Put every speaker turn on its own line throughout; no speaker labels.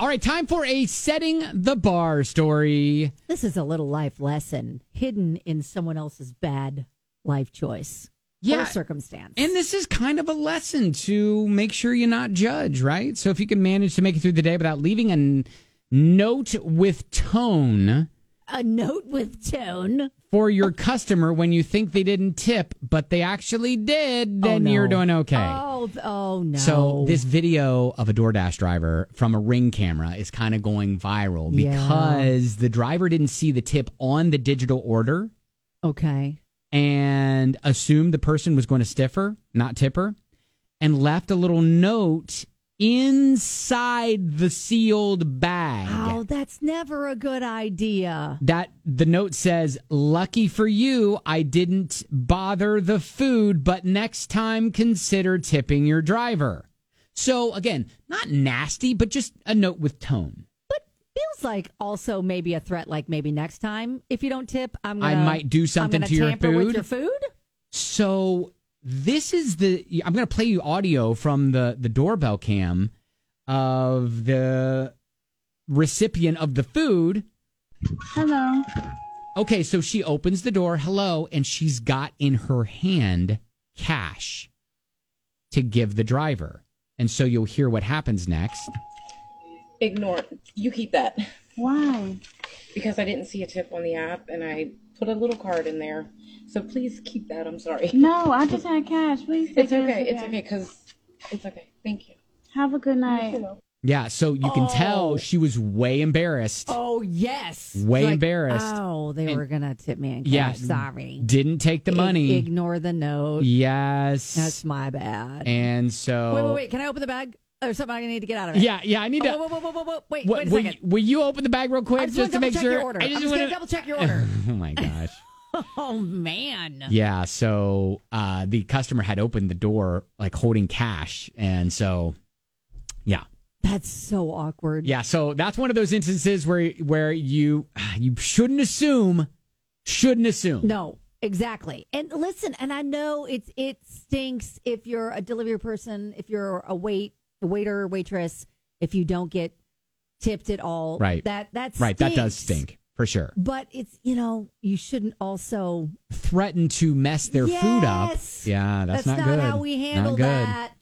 All right, time for a setting the bar story.
This is a little life lesson hidden in someone else's bad life choice
Yeah.
or circumstance.
And this is kind of a lesson to make sure you not judge, right? So if you can manage to make it through the day without leaving a n- note with tone
a note with tone.
for your customer when you think they didn't tip, but they actually did, then
Oh, no.
you're doing okay.
Oh, th- oh no.
So this video of a DoorDash driver from a ring camera is kind of going viral
Yeah.
because the driver didn't see the tip on the digital order
okay.
and assumed the person was going to stiffer, not tipper, and left a little note inside the sealed bag.
Oh, that's never a good idea.
That the note says, "Lucky for you, I didn't bother the food, but next time consider tipping your driver." So again, not nasty, but just a note with tone.
Feels like also maybe a threat. Like maybe next time, if you don't tip, I'm
I
gonna
might do
I'm
something
gonna
to your
tamper With
food.
your food.
So this is the I'm going to play you audio from the the doorbell cam of the recipient of the food.
Hello.
Okay, so she opens the door, hello, and she's got in her hand cash to give the driver. And so you'll hear what happens next.
Ignore. it. You keep that
Why?
because I didn't see a tip on the app and I put a little card in there. So please keep that. I'm sorry.
No, I just had cash. Please take
It's
it.
okay. It's okay because it's okay. Thank you.
Have a good night.
Yeah, so you can tell she was way embarrassed.
Oh yes.
Way embarrassed.
Oh, they were gonna tip me in cash.
Yeah.
Sorry.
Didn't take the
Ig-
money.
ignore the note.
yes.
That's my bad.
and so
wait, wait, wait. Can I open the bag? There's something I need to get out of it.
Yeah, yeah, I need
Oh,
to
whoa, whoa, whoa, whoa, whoa, Wait,
What-
wait a
will,
second.
you, will you open the bag real quick
I
just,
just, want
to
double
make
check
sure?
your order.
I
I'm just
wanna-
gonna double check your order.
Oh my gosh.
oh man.
Yeah, so uh, the customer had opened the door like holding cash, and so yeah,
That's so awkward.
yeah. So that's one of those instances where where you you shouldn't assume, shouldn't assume.
No, exactly. And listen, and I know it's it stinks if you're a delivery person, if you're a wait a waiter, waitress, if you don't get tipped at all.
Right.
That that's
right? That does stink for sure.
But it's you know you shouldn't also.
Threaten to mess their food up.
Yes.
Yeah, that's,
not,
good.
how we handle
Not good.
that.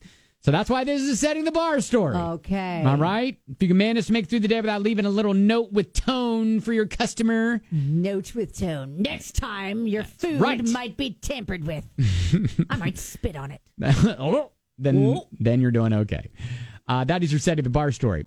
So that's why this is a setting the bar story.
Okay.
All right. If you can manage to make it through the day without leaving a little note with tone for your customer,
Note with tone. Next time your food
right.
might be tampered with. I might spit on it.
then then you're doing okay. Uh, that is your setting the bar story.